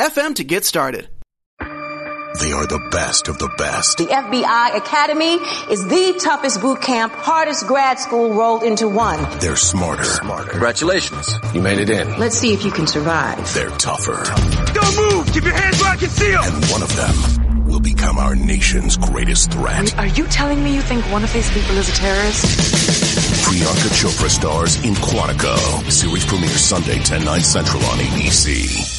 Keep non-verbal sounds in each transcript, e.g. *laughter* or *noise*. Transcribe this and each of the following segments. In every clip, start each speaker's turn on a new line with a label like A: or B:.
A: to get started.
B: They are the best of the best.
C: The FBI Academy is the toughest boot camp, hardest grad school rolled into one.
B: They're smarter. Smarter.
D: Congratulations. You made it in.
E: Let's see if you can survive.
B: They're tougher.
F: Don't move! Keep your hands where I can see them!
B: And one of them will become our nation's greatest threat.
G: Are you telling me you think one of these people is a terrorist?
B: Priyanka Chopra stars in Quantico. Series premieres Sunday, 10, 9 central on ABC.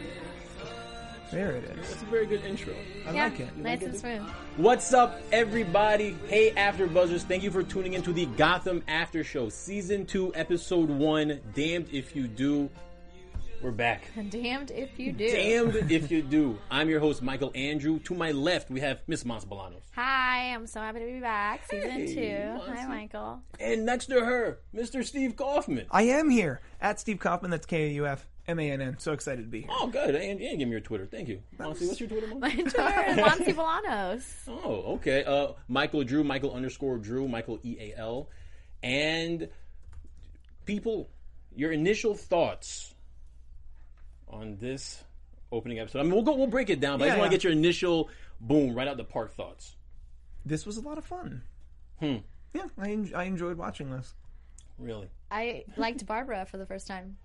H: There it is.
I: That's a very good intro. I
J: Yeah,
I: like it.
J: Nice and smooth.
I: What's up, everybody? Hey, After Buzzers! Thank you for tuning into the Gotham After Show, Season Two, Episode One. Damned if you do. We're back.
J: Damned if you do. *laughs*
I: Damned if you do. I'm your host, Michael Andrew. To my left, we have Miss Masbolanos,
J: Hi, I'm so happy to be back. Season
I: Hey,
J: two.
I: Monty.
J: Hi, Michael.
I: and next to her, Mr. Steve Kaufman.
H: I am here at Steve Kaufman. That's K A U F M A N N. So excited to be here.
I: Oh, good. And, and give me your Twitter. Thank you. Honestly, what's your Twitter? Mom?
J: My
I: *laughs*
J: tour is Monty Bolanos.
I: Oh, okay. Uh, Michael Drew, Michael underscore Drew, Michael E A L, and people, your initial thoughts on this opening episode. I mean, we'll go, we'll break it down, but I just
H: Yeah,
I: want to
H: yeah.
I: get your initial boom right out the park thoughts.
H: This was a lot of fun. Hmm. Yeah, I, en- I enjoyed watching this.
I: Really.
J: I liked Barbara for the first time.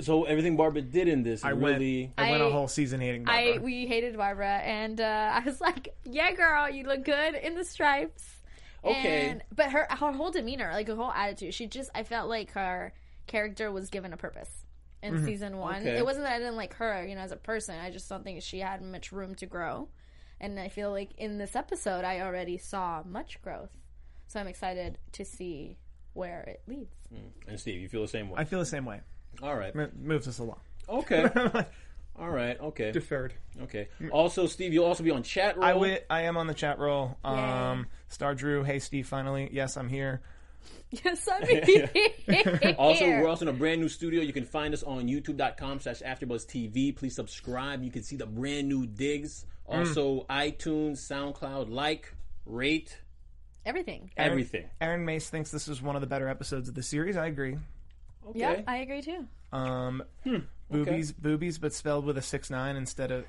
I: So everything Barbara did in this
H: I went.
I: really.
H: I went a
J: I-
H: whole season hating Barbara.
J: I we hated Barbara, and uh, *laughs* I was like, "Yeah, girl, you look good in the stripes."
I: Okay.
J: And, but her her whole demeanor, like her whole attitude, she just I felt like her character was given a purpose in season one.
I: Mm-hmm. Okay.
J: It wasn't that I didn't like her, you know, as a person. I just don't think she had much room to grow, and I feel like in this episode, I already saw much growth. So I'm excited to see where it leads. *laughs*
I: and Steve, you feel the same way.
H: I feel the same way.
I: All right.
H: It moves us along. *laughs*
I: Okay. All right. Okay.
H: Deferred.
I: Okay. Also, Steve, you'll also be on chat. Roll.
H: I wi- I am on the chat roll.
J: Yay.
H: Um, Star Drew. Hey Steve. Finally, yes, I'm here.
J: Yes,
I: *laughs*
J: I mean.
I: Also, we're also in a brand new studio. You can find us on youtube.com slash AfterBuzzTV. Please subscribe. You can see the brand new digs.
H: Mm.
I: Also, iTunes, SoundCloud, like, rate,
J: everything.
I: everything.
H: Aaron Mace thinks this is one of the better episodes of the series. I agree.
I: Okay.
J: Yeah, I agree too.
H: Um,
I: Hmm.
H: boobies, boobies, but spelled with a six nine instead of.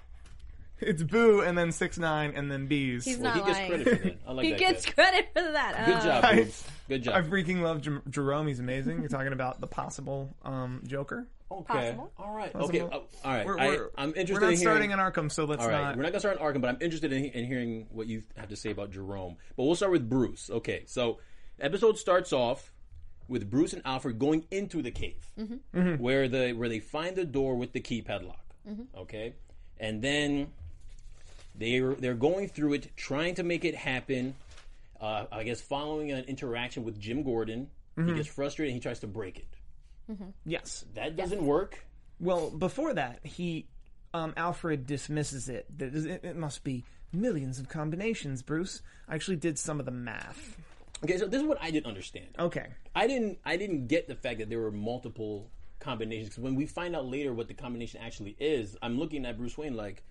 H: It's boo and then six nine and then bees.
J: He's
I: Well,
J: not
I: he gets
J: lying.
I: credit for that. I like
J: he
I: that.
J: gets
I: guy.
J: credit for that.
I: Good
J: Oh.
I: job, boobs. Good
H: I
I: job.
H: freaking love Jer- Jerome. He's amazing. You're talking about the possible um, Joker.
I: okay.
J: Possible.
I: All right.
H: Possible.
I: Okay. Oh, all right.
H: We're,
I: I,
H: we're-
I: I'm interested
H: We're not
I: in hearing.
H: starting in Arkham, so let's
I: all right,
H: not.
I: we're not gonna start an argument, but I'm interested in, in hearing what you have to say about Jerome. But we'll start with Bruce. Okay, so episode starts off with Bruce and Alfred going into the cave, where the where they find the door with the key padlock. Okay, and then they're they're going through it, trying to make it happen. Uh, I guess following an interaction with Jim Gordon, he gets frustrated and he tries to break it.
H: yes.
I: That doesn't work.
H: Well, before that, he, um, Alfred dismisses it. That is- It it must be millions of combinations, Bruce. I actually did some of the math.
I: Okay, so this is what I didn't understand.
H: Okay.
I: I didn't I didn't get the fact that there were multiple combinations 'Cause when we find out later what the combination actually is, I'm looking at Bruce Wayne like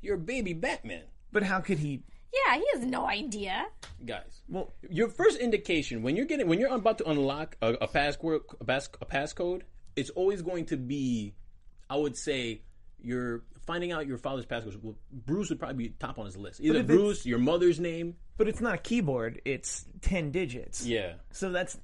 I: you're a baby Batman,
H: But how could he?
J: Yeah, he has no idea.
I: guys.
H: Well,
I: Your first indication when you're getting when you're about to unlock a, a password a, pass, a passcode, it's always going to be I would say your finding out your father's passcode, well, Bruce would probably be top on his list. Either Bruce, your mother's name.
H: But it's not a keyboard; it's ten digits.
I: Yeah.
H: So that's.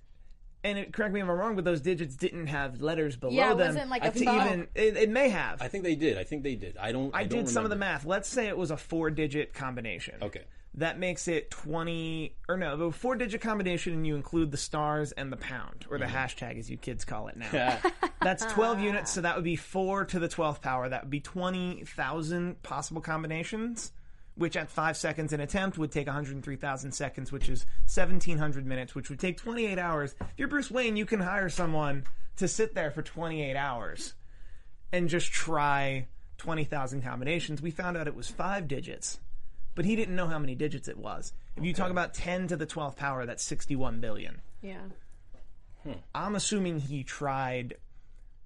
H: And it, correct me if I'm wrong, but those digits didn't have letters below
J: Yeah, it
H: them.
J: wasn't like a
H: to
J: phone.
H: even it, it may have.
I: I think they did. I think they did. I don't. I,
H: I did
I: don't
H: some of the
I: remember.
H: math. Let's say it was a four-digit combination.
I: Okay. *laughs*
H: That makes it twenty, or no, a four-digit combination, and you include the stars and the pound, or the
I: Mm-hmm.
H: hashtag, as you kids call
I: *laughs*
H: it now. That's twelve units, so that would be four to the twelfth power. That would be twenty thousand possible combinations, which at five seconds an attempt would take one hundred three thousand seconds, which is seventeen hundred minutes, which would take twenty-eight hours. If you're Bruce Wayne, you can hire someone to sit there for twenty-eight hours and just try 20,000 combinations. We found out it was five digits, but he didn't know how many digits it was. If you talk about 10 to the 12th power, that's 61 billion.
J: Yeah.
H: I'm assuming he tried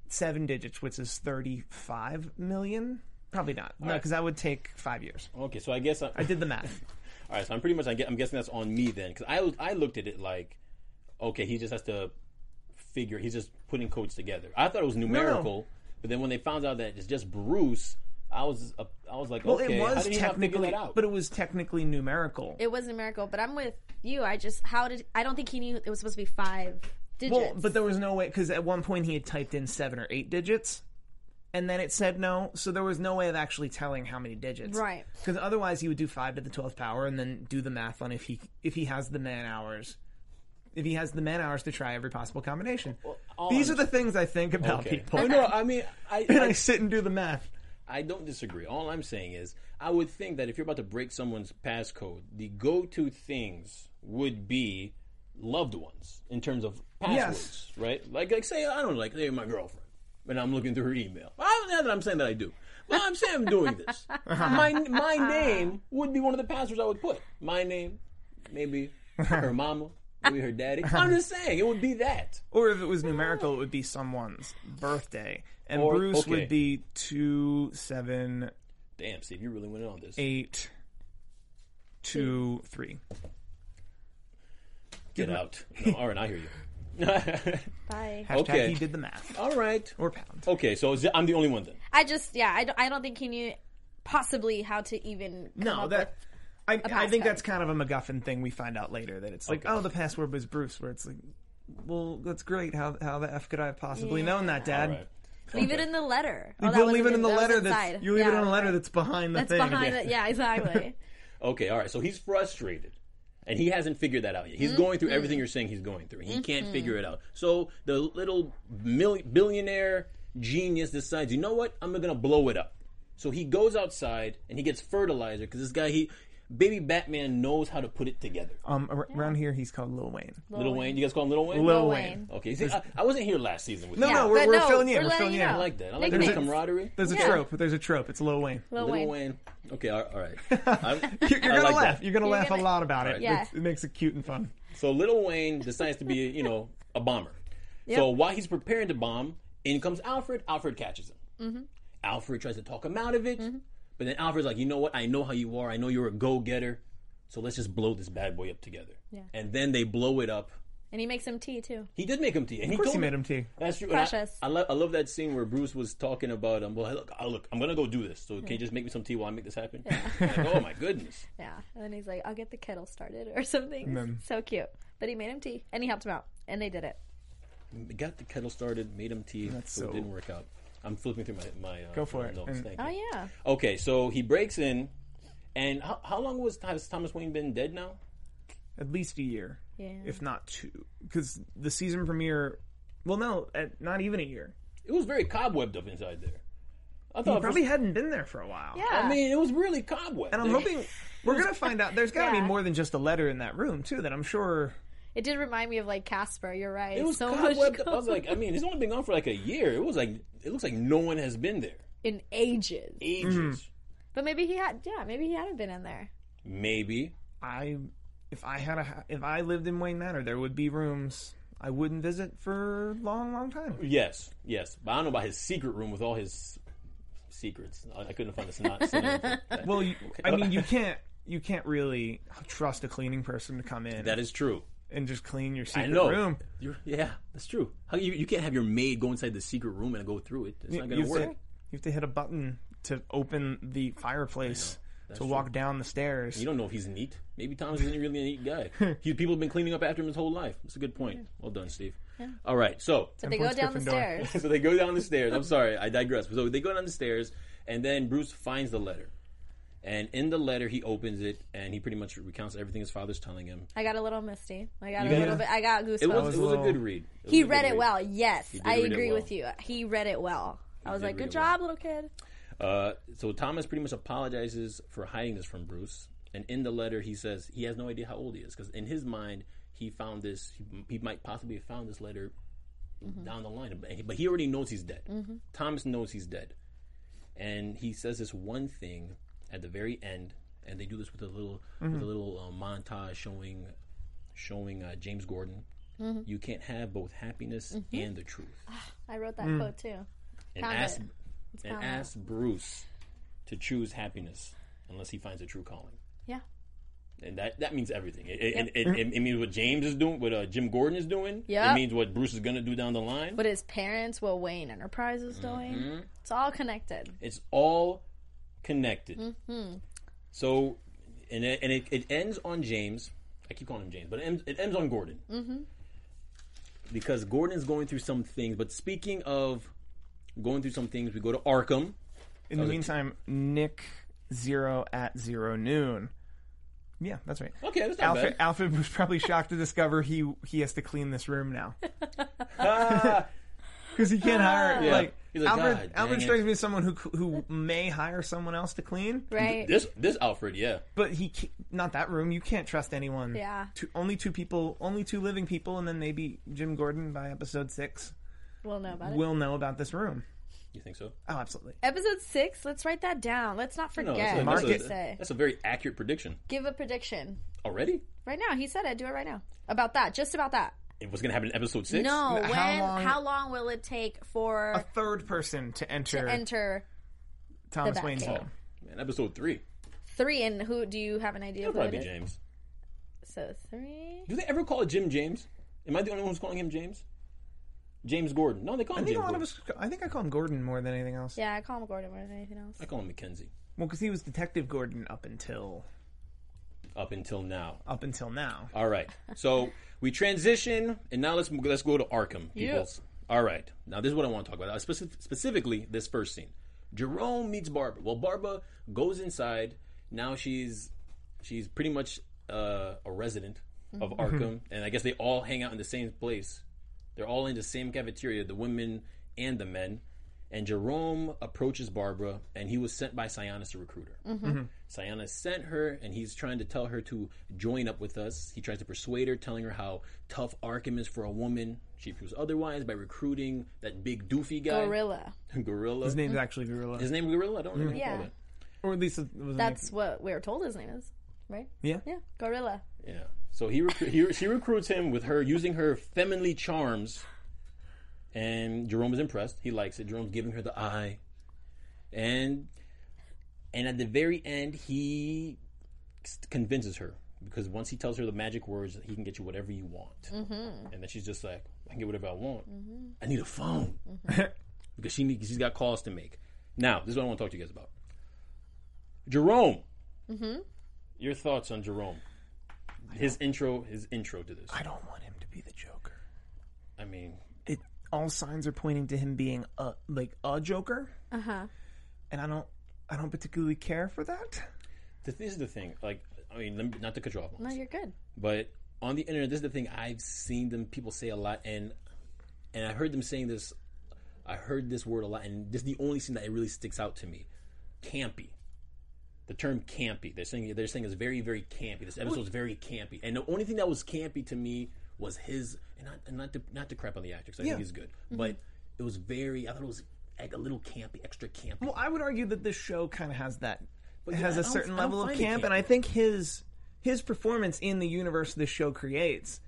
H: seven digits, which is 35 million. Probably not. No, because that would take five years.
I: Okay, so I guess I,
H: I did
I: *laughs*
H: the math.
I: All right, so I'm pretty much I am guessing that's on me then because I was- I looked at it like, okay, he just has to figure. He's just putting codes together. I thought it was numerical, but then when they found out that it's just Bruce, I was uh, I was like,
H: Well,
I: okay,
H: it
I: how
H: was
I: did he not figure
H: technically,
I: that out?
H: but it was technically numerical.
J: It was a miracle, but I'm with you. I just how did I don't think he knew it was supposed to be five digits.
H: Well, but there was no way because at one point he had typed in seven or eight digits, and then it said no. So there was no way of actually telling how many digits,
J: Right.
H: Because otherwise he would do five to the twelfth power, and then do the math on if he if he has the man hours, if he has the man hours to try every possible combination.
I: all
H: These
I: I'm-
H: are the things I think about
I: okay.
H: people, *laughs*
I: Oh, no, I mean
H: and I
I: I,
H: sit and do the math.
I: I I don't disagree. All I'm saying is I would think that if you're about to break someone's passcode, the go to things would be loved ones in terms of passwords, right? Like like say I don't know, like hey, my girlfriend. And I'm looking through her email. I don't know that I'm saying that I do. Well, I'm saying I'm doing this. My my name would be one of the passwords I would put. My name, maybe her mama, maybe her daddy. I'm just saying it would be that.
H: Or if it was numerical, it would be someone's birthday, and
I: Or-
H: Bruce
I: okay.
H: would be two seven
I: Damn, Steve, you really went in on this.
H: eight two three.
I: Get out. No, all right, I hear you.
J: Bye.
H: Hashtag
I: Okay.
H: he did the
I: *laughs*
H: math.
I: all right.
H: Or pound.
I: Okay, so is it- I'm the only one then.
J: I just yeah. I don't, I don't think he knew possibly how to even. Come
H: No,
J: up
H: that
J: with-
H: I, I think
J: passcode.
H: that's kind of a MacGuffin thing we find out later that it's like, oh, the password was Bruce, where it's like, well, that's great. How how the f could I have possibly known that, Dad?
I: All right.
J: leave it in the letter.
H: You
J: Oh, that
H: don't
J: wasn't
H: leave it in the
J: that was
H: letter that's
J: inside.
H: you leave it
J: Yeah,
H: in the letter
J: right.
H: that's behind the
J: That's
H: thing.
J: behind it. Yeah, exactly.
H: *laughs*
I: Okay, all right. So he's frustrated. And he hasn't figured that out yet. He's going through everything you're saying he's going through. He
J: Mm-hmm.
I: can't figure it out. So the little mil- billionaire genius decides, you know what? I'm going to blow it up. So he goes outside and he gets fertilizer because this guy, he, baby Batman, knows how to put it together.
J: Oh,
H: Um, ar- around here he's called Lil Wayne.
I: Little Wayne. you guys call him Little Wayne?
H: Lil
J: Wayne.
I: Okay, see, I, I wasn't here last season with
H: No,
I: you.
H: no, we're,
J: but
H: we're
J: no,
H: filling in.
J: we're
H: We're,
J: letting
H: filling
J: you
H: in.
J: know.
I: I like that. I like the
J: Nicknames.
I: camaradery.
H: There's a
J: Yeah.
H: trope. There's a trope. It's Lil Wayne.
J: Lil
I: Little
J: Wayne.
I: Wayne. Okay, all, all right. I'm-
H: You're, you're
I: I
H: gonna
I: like
H: laugh.
I: that.
H: You're gonna
J: You're
H: laugh a
J: gonna-
H: lot about it.
J: Yeah.
H: It's- It makes it cute and fun.
I: So Little Wayne decides to be, you know, a bomber. So while he's preparing to bomb, in comes Alfred. Alfred catches him. Alfred tries to talk him out of it, but then Alfred's like, you know what? I know how you are. I know you're a go getter. So let's just blow this bad boy up together. And then they blow it up.
J: And he makes some tea too.
I: He did make him tea. And
H: Of course,
I: told
H: he made him tea.
I: That's true. And I-
J: Precious.
I: I, love, I love that scene where Bruce was talking about, um, well, look, I, look, I'm going to go do this. So can you just make me some tea while I make this happen? Like, oh, my goodness.
J: Yeah. And then he's like, "I'll get the kettle started" or something. So cute. But he made him tea, and he helped him out, and they did it.
I: Got the kettle started, made him tea.
H: That's
I: so, it
H: so-
I: didn't work out. I'm flipping through my, my uh,
H: Go for it.
I: notes.
H: And-
I: Thank
J: Oh
I: you.
J: yeah.
I: Okay, so he breaks in, and how, how long was has Thomas Wayne been dead now?
H: at least a year,
J: Yeah.
H: if not two, because the season premiere. Well, no, at not even a year.
I: It was very cobwebbed up inside there. I
H: He
I: thought.
H: probably
I: it was,
H: hadn't been there for a while.
J: Yeah.
I: I mean, it was really cobwebbed.
H: and I'm hoping we're gonna find out. There's gotta
J: Yeah.
H: be more than just a letter in that room too. That I'm sure.
J: It did remind me of like Casper. You're right.
I: it was
J: so much
I: cobwebbed up. I was
J: going
I: like, I mean, it's only been gone for like a year. It was like it looks like no one has been there
J: in ages.
I: ages.
H: Mm-hmm.
J: But maybe he had. Yeah, maybe he hadn't been in there.
I: Maybe
H: I, if I had a, ha- if I lived in Wayne Manor, there would be rooms I wouldn't visit for a long, long time.
I: yes, yes. But I don't know about his secret room with all his secrets. I, I couldn't find a syn-
H: *laughs*
I: synonym. for that.
H: Well, you, I mean, you can't, you can't really trust a cleaning person to come in
I: that is true.
H: and just clean your
I: I
H: secret
I: know.
H: room.
I: You're- yeah, that's true. How you, you can't have your maid go inside the secret room and go through it. It's not
H: You
I: going
H: have,
I: to
H: to,
I: work.
H: you have to hit a button to open the fireplace to walk down the stairs.
I: You don't know if he's neat. Maybe Thomas isn't really a neat
H: *laughs*
I: guy. He, people have been cleaning up after him his whole life. That's a good point. Well done, Steve. All right, so *laughs*
J: But they go
H: Points
J: down the
H: Gryffindor.
J: stairs.
I: so they go down the stairs. I'm sorry, I digress. So they go down the stairs, and then Bruce finds the letter. And in the letter, he opens it, and he pretty much recounts everything his father's telling him.
J: I got a little misty. I got
I: You
J: a
I: got
J: little
I: it?
J: bit. I got goosebumps.
I: It was, it was a
H: Wow.
I: good read. It was
J: he
I: a good
J: read it
I: read.
J: well. Yes,
I: did
J: I
I: read it
J: agree
I: well.
J: with you. He read it well. I was
I: did
J: like,
I: read
J: good
I: it well.
J: job, little kid.
I: Uh, so Thomas pretty much apologizes for hiding this from Bruce, and in the letter he says he has no idea how old he is because in his mind he found this he, he might possibly have found this letter down the line, but he, but he already knows he's dead. Thomas knows he's dead, and he says this one thing at the very end, and they do this with a little with a little uh, montage showing showing uh, James Gordon. You can't have both happiness and the truth
J: I wrote
I: Hmm.
J: that quote too.
I: and
J: Found
I: ask
J: it.
I: and
J: found it.
I: ask Bruce to choose happiness unless he finds a true calling.
J: Yeah.
I: And that, that means everything. It, it, it, it, it means what James is doing, what uh, Jim Gordon is doing.
J: Yep.
I: It means what Bruce is going to do down the line.
J: What his parents, what Wayne Enterprise is doing.
I: Mm-hmm.
J: It's all connected.
I: It's all connected.
J: Mm-hmm.
I: So, and, it, and it, it ends on James. I keep calling him James, but it ends, it ends on Gordon. Mm-hmm. Because Gordon's going through some things. But speaking of going through some things, we go to Arkham.
H: In the meantime, Nick Zero at Zero Noon. Yeah, that's right.
I: Okay, that's not
H: Alfred,
I: bad.
H: Alfred was probably shocked to discover he he has to clean this room now *laughs* because he can't hire
I: Yeah.
H: like
I: He's like,
H: Alfred.
I: "God dang
H: Alfred
I: it."
H: strikes me as someone who c- who may hire someone else to clean,
J: Right.
I: This this Alfred, yeah.
H: but he ca- not that room. You can't trust anyone.
J: Yeah.
H: two, only two people, only two living people, and then maybe Jim Gordon by episode six
J: We'll know about it.
H: will know about this room.
I: You think so?
H: Oh, absolutely.
J: Episode six. Let's write that down. Let's not
I: No,
J: forget.
I: that's, a,
J: what
I: that's,
H: Market.
J: did
I: a,
J: you say.
I: that's a very accurate prediction.
J: Give a prediction
I: Already?
J: right now. He said it. Do it right now. About that. Just about that.
I: It was going to happen in episode six?
J: No.
H: How
J: when?
H: long-
J: how long will it take
H: A
J: for
H: third person to enter
J: to enter
H: Thomas
J: the
H: Wayne's
J: Batcave.
H: home.
I: Oh, Man, episode three.
J: three? And who do you have an idea?
I: It'll
J: who it
I: probably be
J: is?
I: James.
J: So three.
I: Do they ever call Jim James? Am I the only one who's calling him James? James Gordon. No, they call
H: I
I: him
H: think a
I: James
H: lot
I: Gordon.
H: of us. I think I call him Gordon more than anything else.
J: Yeah, I call him Gordon more than anything else.
I: I call him Mackenzie.
H: Well, because he was Detective Gordon up until
I: Up until now.
H: up until now.
I: All right. So we transition, and now let's let's go to Arkham, peoples. All right. Now this is what I want to talk about. Uh, speci- specifically, this first scene. Jerome meets Barbara. Well, Barbara goes inside. Now she's she's pretty much uh, a resident of Arkham, and I guess they all hang out in the same place. They're all in the same cafeteria, the women and the men. And Jerome approaches Barbara, and he was sent by Cyanus, a recruiter. Sayana sent her, and he's trying to tell her to join up with us. He tries to persuade her, telling her how tough Arkham is for a woman. She proves otherwise by recruiting that big doofy guy,
J: Gorilla.
I: *laughs* Gorilla.
H: His
J: Mm.
H: name's actually Gorilla,
I: His name Gorilla. I don't remember.
J: Yeah.
I: that.
H: or at least it was.
J: That's what we were told his name is, right?
H: Yeah.
J: Yeah, Gorilla.
I: Yeah. So he, recru- he she recruits him with her using her feminine charms, and Jerome is impressed. He likes it. Jerome's giving her the eye, and and at the very end, he s- convinces her because once he tells her the magic words, he can get you whatever you want, and then she's just like, I can get whatever I want. I need a phone *laughs* because she need, she's got calls to make. Now, this is what I want to talk to you guys about. Jerome, your thoughts on Jerome? his intro his intro to this
H: I don't want him to be the Joker.
I: i mean
H: It all signs are pointing to him being a like a Joker. Uh huh.
J: Uh-huh.
H: And I don't. I don't particularly care for that.
I: th- this is the thing like i mean lem- not to cut you off
J: No, you're good.
I: but on the internet this is the thing i've seen them people say a lot and and i heard them saying this i heard this word a lot and this is the only thing that it really sticks out to me campy the term campy they're saying they're saying it's very very campy this episode is very campy and the only thing that was campy to me was his and not and not to not to crap on the actor 'cause i think he's good but it was very i thought it was like a little campy extra campy
H: Well, I would argue that this show kind of has that. It
I: yeah,
H: has
I: I
H: a
I: don't-
H: certain
I: I don't
H: level of
I: find it
H: camp, and
I: campy.
H: I think his his performance in the universe this show creates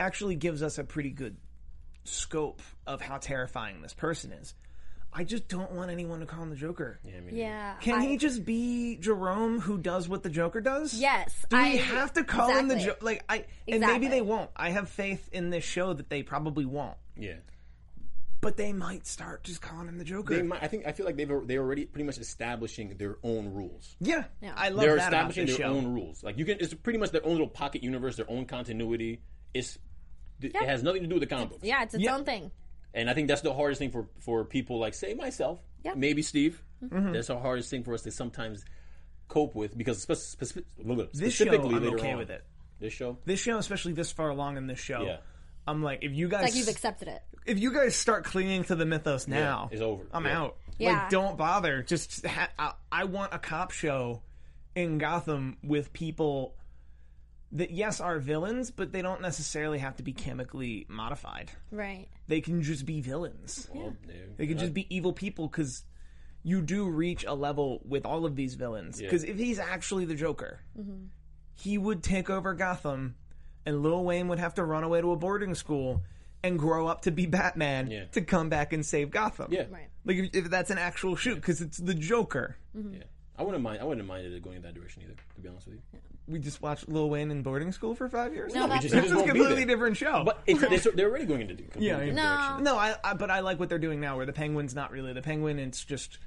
H: actually gives us a pretty good scope of how terrifying this person is. I just don't want anyone to call him the Joker.
J: Yeah.
H: Can
J: I-
H: he just be Jerome who does what the Joker does?
J: Yes,
H: Do we
J: I-
H: have to call him the
J: exactly.
H: Joker? Like I and maybe
J: Exactly.
H: they won't. I have faith in this show that they probably won't.
I: yeah
H: But they might start just calling him the Joker.
I: They might, I think I feel like they've al- they're already pretty much establishing their own rules.
H: yeah. I love
I: they're
H: that about
I: establishing
H: this
I: their
H: show.
I: own rules. Like you can, it's pretty much their own little pocket universe, their own continuity. It's th- it
J: Yeah.
I: has nothing to do with the comic books.
J: Yeah, it's its
H: Yeah.
J: own thing.
I: and I think that's the hardest thing for for people like say myself,
J: Yeah.
I: maybe Steve.
H: Mm-hmm.
I: That's the hardest thing for us to sometimes cope with because spe- spe- spe-
H: This show,
I: specifically
H: I'm
I: later
H: okay
I: on.
H: with it.
I: This show,
H: This show, especially this far along in this show,
I: Yeah.
H: I'm like, if you guys,
J: Like you've accepted it.
H: if you guys start clinging to the mythos now,
I: it's over.
H: I'm
I: Yeah.
H: out.
J: Yeah.
H: Like, don't bother. Just ha- I, I want a cop show in Gotham with people that yes are villains, but they don't necessarily have to be chemically modified.
J: Right.
H: They can just be villains.
I: Well, there-
H: They could just be evil people because you do reach a level with all of these villains. Because if he's actually the Joker, he would take over Gotham, and Lil Wayne would have to run away to a boarding school and grow up to be Batman to come back and save Gotham.
I: yeah.
J: Right.
H: Like if, if that's an actual shoot, because it's the Joker.
I: yeah. I wouldn't mind. I wouldn't mind it going in that direction either. To be honest with you,
H: We just watched Lil Wayne in boarding school for five years.
J: No, that's
I: just-
J: not.
I: it
H: it's a
I: won't be
H: completely
I: there.
H: different show.
I: but it's, they're, so- they're already going into the completely
H: Yeah, yeah.
I: different
J: No.
I: direction.
H: No, I, I but I like what they're doing now, where the penguin's not really the penguin. It's just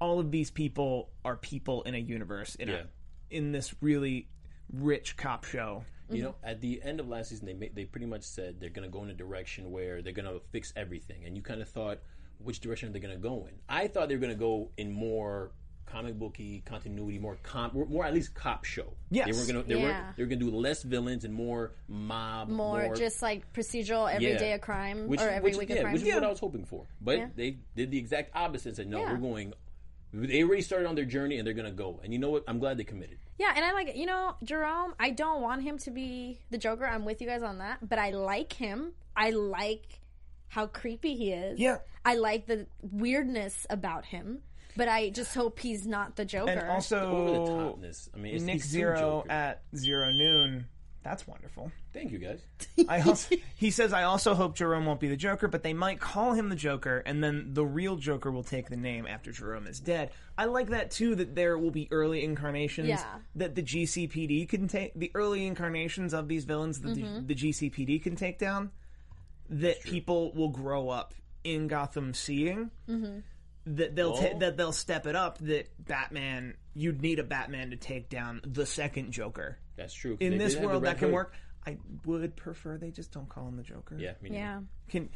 H: all of these people are people in a universe in
I: Yeah.
H: a, in this really rich cop show.
J: Mm-hmm.
I: You know, at the end of last season, they ma- they pretty much said they're going to go in a direction where they're going to fix everything, and you kind of thought which direction are they going to go in? I thought they were going to go in more comic booky continuity, more com- more- more at least cop show. they
H: Yes.
I: were going to they
J: Yeah.
I: were they were going to do less villains and more mob,
J: More,
I: more,
J: just like procedural, every day
I: yeah.
J: a crime
I: which,
J: or every
I: which,
J: week
I: yeah,
J: a crime. Mm-hmm.
I: which is what I was hoping for. But
J: Yeah.
I: they did the exact opposite and said, no,
J: Yeah.
I: we're going. They already started on their journey and they're going to go. And you know what? I'm glad they committed.
J: Yeah, and I like you know Jerome. I don't want him to be the Joker. I'm with you guys on that, but I like him. I like how creepy he is.
H: Yeah.
J: I like the weirdness about him, but I just hope he's not the Joker.
H: And
I: Over
H: also,
I: the topness. I mean, it's,
H: Nick
I: he's too
H: Zero
I: Joker.
H: at zero noon. That's wonderful.
I: Thank you guys.
H: I also, he says I also hope Jerome won't be the Joker, but they might call him the Joker, and then the real Joker will take the name after Jerome is dead. I like that too. That there will be early incarnations
J: Yeah.
H: that the GCPD can take. The early incarnations of these villains that the, the GCPD can take down. That people will grow up in Gotham seeing. That they'll ta-
I: Oh.
H: that they'll step it up. That Batman, you'd need a Batman to take down the second Joker
I: That's true. 'cause
H: in
I: they
H: this
I: did have the
H: world
I: Red
H: that can
I: Hood.
H: work. I would prefer they just don't call him the Joker.
I: Yeah, me neither.
J: yeah,
H: Can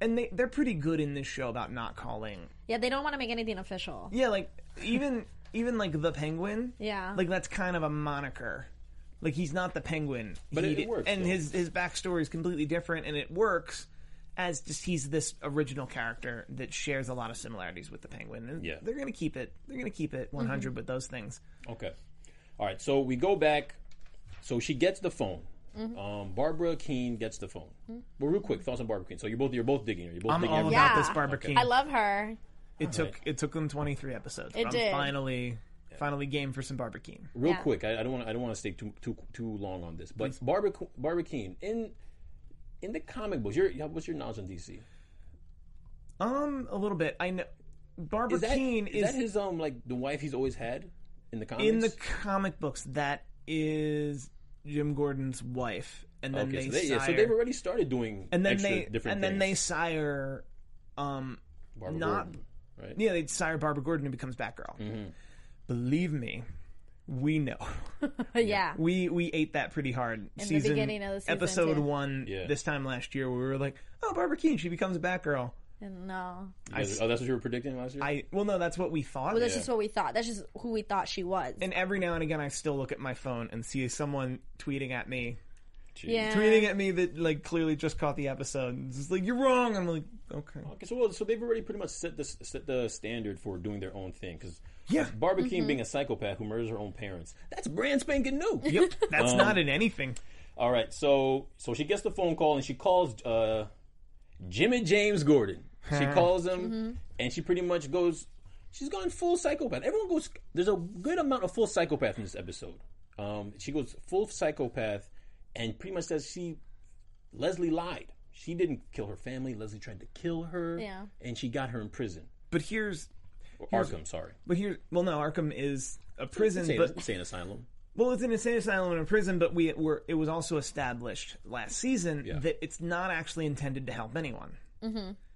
H: and they they're pretty good in this show about not calling.
J: yeah, they don't want to make anything official.
H: Yeah, like even even like the Penguin.
J: Yeah.
H: Like that's kind of a moniker. Like he's not the Penguin. But
I: it- it works,
H: And
I: though.
H: his his backstory is completely different, and it works. As just he's this original character that shares a lot of similarities with the Penguin, and
I: Yeah.
H: they're gonna keep it. They're gonna keep it 100
J: Mm-hmm.
H: with those things.
I: Okay. All right. So we go back. So she gets the phone.
J: Mm-hmm.
I: Um, Barbara Keene gets the phone. Well, real quick, thoughts on Barbara Keene. So you're both you're both digging her. You're both
H: I'm
I: digging
H: all
I: her.
J: Yeah.
H: about this Barbara King.
J: I love her. *laughs*
H: It took it took them 23 episodes. but
J: It
H: I'm
J: did.
H: finally finally game for some barbecue.
I: real
J: Yeah.
I: quick. I, I don't want I don't want to stay too too too long on this. But Barbara Ke- Barbara Keene in in the comic books. Your what's your knowledge on DC?
H: Um a little bit. I know Barbara
I: Is that,
H: Keene
I: is
H: is,
I: that his um like the wife he's always had in the comics?
H: in the comic books that is Jim Gordon's wife and then
I: okay,
H: they,
I: so, they,
H: sire,
I: yeah, so they've already started doing
H: and then
I: extra
H: they
I: different
H: and then they
I: things.
H: sire um
I: Barbara
H: not-
I: Gordon, right. Mm-hmm.
H: yeah, they sire Barbara Gordon who becomes Batgirl. Believe me, we know.
J: But yeah,
H: We we ate that pretty hard.
J: the beginning of the season,
H: episode
J: too.
H: one
I: Yeah.
H: this time last year, we were like, "Oh, Barbara Keene, she becomes a Batgirl."
J: no,
I: You guys- oh, that's what you were predicting last year.
H: I well, no, that's what we thought.
J: that's just what we thought. That's just who we thought she was.
H: and every now and again, I still look at my phone and see someone tweeting at me,
J: yeah,
H: tweeting at me that like clearly just caught the episode. And It's just like you're wrong. I'm like, okay,
I: Okay, so well, so they've already pretty much set the set the standard for doing their own thing because
H: Yeah.
I: Barbara Keene being a psychopath who murders her own parents, that's brand spanking new.
H: yep, that's
I: Um,
H: not in anything.
I: All right, so so she gets the phone call and she calls uh, Jimmy James Gordon. She calls him and she pretty much goes. She's gone full psychopath. Everyone goes. There's a good amount of full psychopath in this episode. Um, she goes full psychopath and pretty much says she Leslie lied. She didn't kill her family. Leslie tried to kill her.
J: Yeah.
I: and she got her in prison.
H: But here's,
I: Or Arkham, sorry.
H: but here, well, no, Arkham is a prison,
I: Say,
H: but
I: say an asylum.
H: well, it's an insane asylum and a prison. But we were, it was also established last season that it's not actually intended to help anyone.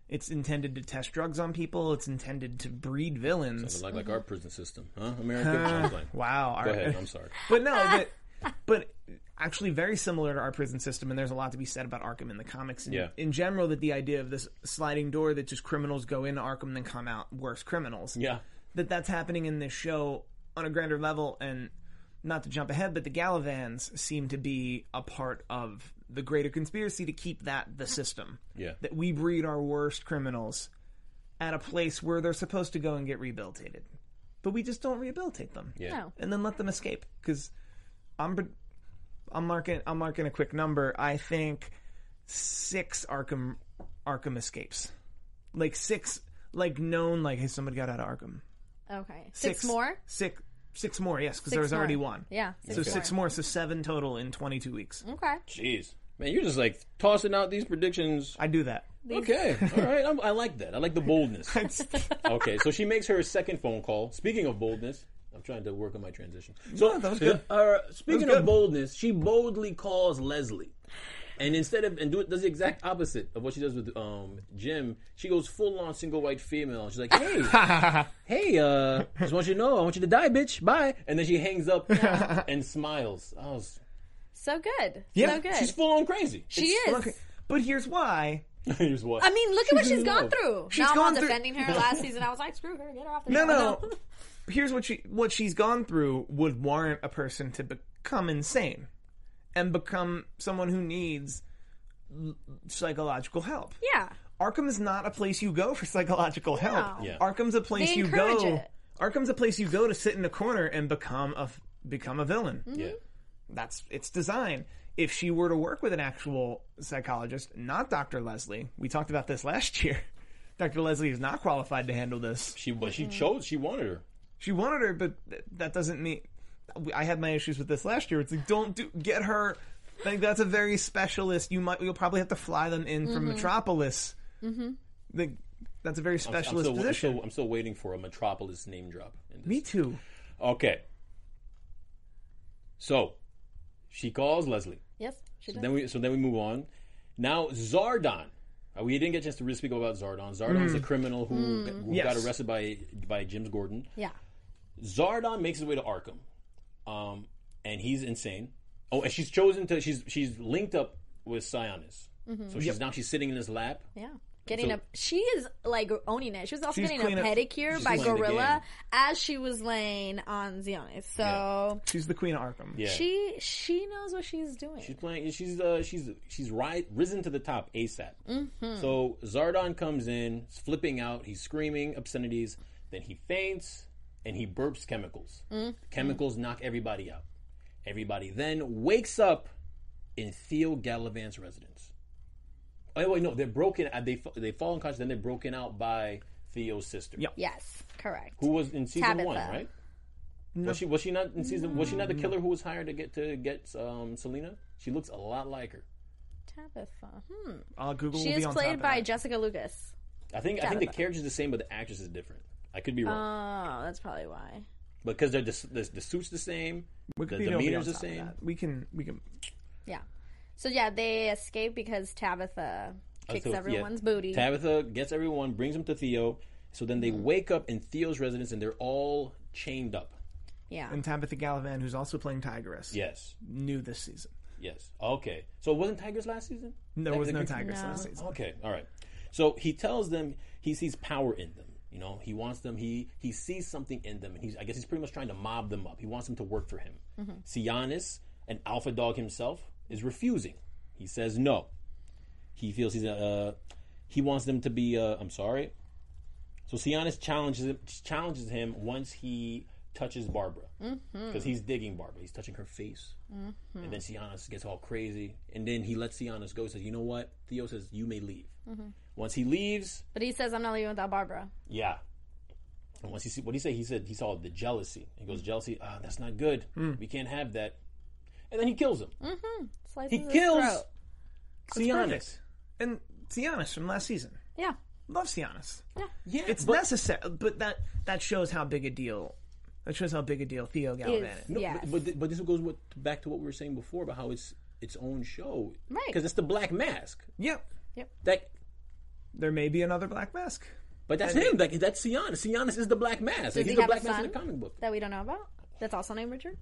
H: It's intended to test drugs on people. It's intended to breed villains.
I: Like, like our prison system, huh? America. I'm playing.
H: Wow.
I: Go ahead. I'm sorry.
H: But no, but, but actually very similar to our prison system, and there's a lot to be said about Arkham in the comics. And
I: Yeah.
H: In general, that the idea of this sliding door that just criminals go into Arkham and then come out worse criminals.
I: Yeah.
H: That that's happening in this show on a grander level, and not to jump ahead, but the Galavans seem to be a part of the greater conspiracy to keep that the system.
I: Yeah.
H: That we breed our worst criminals at a place where they're supposed to go and get rehabilitated. But we just don't rehabilitate them
I: Yeah.
J: No.
H: and then let them escape. Because I'm, I'm marking, I'm marking a quick number. I think six Arkham, Arkham escapes, like six, like known, like hey, somebody got out of Arkham.
J: Okay. Six, more?
H: six, six more. Yes, because
J: Six
H: there was already
J: more.
H: one.
J: Yeah. Six
H: so six more, so seven total in 22 weeks.
J: Okay.
I: Jeez, man, you're just like tossing out these predictions.
H: I do
J: *laughs*
H: that.
I: Okay, all right. I'm, I like that. I like the boldness. okay, so she makes her second phone call. Speaking of boldness, I'm trying to work on my transition. So
H: that was good.
I: Uh, speaking
H: good.
I: of boldness, she boldly calls Leslie, and instead of and do, does the exact opposite of what she does with um, Jim. She goes full on single white female. She's like, "Hey,
H: *laughs*
I: hey, uh, just want you to know, I want you to die, bitch. Bye." And then she hangs
H: *laughs*
I: up and smiles. I was,
J: So good.
H: Yeah,
J: So good.
I: she's full on crazy. *laughs*
J: she is.
H: Okay, but here's why.
I: Here's what.
J: I mean, look at what
I: She's
J: she's
I: in
J: gone
I: love.
J: through.
H: She's
J: now I'm
H: gone
J: all
H: through-
J: defending her. Last season, I was like, "Screw her, get her off the
H: No,
J: *laughs* show."
H: no. Here's what she what she's gone through would warrant a person to become insane and become someone who needs l- psychological help.
J: Yeah,
H: Arkham is not a place you go for psychological help.
I: Yeah.
H: Arkham's a place
J: They
H: you
J: encourage
H: go.
J: it.
H: Arkham's a place you go to sit in a corner and become a f- become a villain.
J: Mm-hmm.
I: yeah.
H: That's its design. If she were to work with an actual psychologist, not Dr. Leslie, we talked about this last *laughs* year. Dr. Leslie is not qualified to handle this.
I: She but she chose. She wanted her.
H: she wanted her, but th- that doesn't mean. I had my issues with this last year. It's like don't do get her. Like that's a very specialist. You might you'll probably have to fly them in from Metropolis. Mm-hmm. Like that's a very
I: I'm
H: specialist
I: still, I'm,
H: position.
I: still, I'm still waiting for a Metropolis name drop. In this.
H: Me too.
I: Okay. So, she calls Leslie.
J: yes, she does.
I: Then we so then we move on. Now Zardon. Uh, We didn't get a chance to really speak about Zardon. Zardon's
J: Hmm.
I: a criminal who, who
H: Yes.
I: got arrested by by James Gordon.
J: yeah,
I: Zardon makes his way to Arkham, um, and he's insane. Oh, and she's chosen to she's she's linked up with Sionis.
J: Mm-hmm.
I: So she's now she's sitting in his lap.
J: yeah. Getting
I: So-
J: a she is like owning it. She was also
H: She's
J: getting a
H: queen of-
J: pedicure
I: she's
J: by
I: queen of the
J: Gorilla
I: game.
J: as she was laying on Xeonis. So
H: She's the queen of Arkham.
I: Yeah.
J: she she knows what she's doing.
I: She's playing. She's uh, she's she's ri- risen to the top ASAP. So Zardon comes in, flipping out. He's screaming obscenities. Then he faints and he burps chemicals. Chemicals knock everybody out. Everybody then wakes up in Theo Gallivan's residence. Oh wait, no, they're broken. uh, They fa- they fall unconscious. Then they're broken out by Theo's sister.
H: Yeah.
J: yes, correct.
I: Who was in season one,
J: Tabitha.
I: right? Was she was she not in season? Was she not the killer who was hired to get to get um, Selena? She looks a lot like her.
J: Tabitha. Hmm.
H: I'll Google.
J: She
H: will be
J: is
H: on top
J: played
H: of
J: by
H: that.
J: Jessica Lucas.
I: I think I think the
J: Tabitha.
I: character's the same, but the actress is different. I could be wrong
J: Oh, that's probably why.
I: because they're the, the, the suits the same. the
H: Wikipedia will be
I: demeanor's the
H: on top of
I: same.
H: that. We can. We can.
J: Yeah. So yeah, they escape because Tabitha kicks
I: Oh, So, yeah,
J: everyone's booty. Mm.
I: Tabitha gets everyone, brings them to Theo. So then they wake up in Theo's residence, and they're all chained up.
J: yeah.
H: And Tabitha Gallivan, who's also playing Tigress,
I: Yes,
H: new this season.
I: yes. Okay. So it wasn't Tigers last season?
H: There was
I: the
H: no
I: good- Oh,
H: Tigress
J: No.
H: last season.
I: Okay, all right. So he tells them he sees power in them. You know, he wants them. He he sees something in them, and he's I guess he's pretty much trying to mob them up. He wants them to work for him. Sianis, an alpha dog himself, is refusing. He says no. He feels he's uh he wants them to be uh I'm sorry. So Sianis challenges him, challenges him once he touches Barbara because he's digging Barbara. He's touching her face. And then Sianis gets all crazy. And then he lets Sianis go. Says, "You know what?" Theo says, "You may leave."
J: Mm-hmm.
I: Once he leaves,
J: But he says, I'm not leaving without Barbara.
I: yeah. And once he see what he say, he said he saw the jealousy. He goes, "Jealousy? Ah, that's not good. We can't have that." And then he kills him.
J: Hmm. Slices
I: He
J: his
I: kills
J: throat.
I: Sianis.
H: perfect. And Cianis from last season.
J: Yeah.
H: Love Cianis.
I: Yeah,
H: It's
I: but-
H: necessary, but that that shows how big a deal. That shows how big a deal Theo Gallivan
J: Is-
H: is.
I: Oh, No,
J: Yes.
I: but, but th- but this goes with, back to what we were saying before about how it's its own show,
J: Right.
I: Because it's the Black Mask
H: Yep.
I: that
H: there may be another Black Mask.
I: But that's him. Like, that's Sionis. Sionis is the Black Mask. Like,
J: he
I: he's the
J: have a
I: Black Mask in the
J: son?
I: comic book.
J: that we don't know about. That's also named Richard.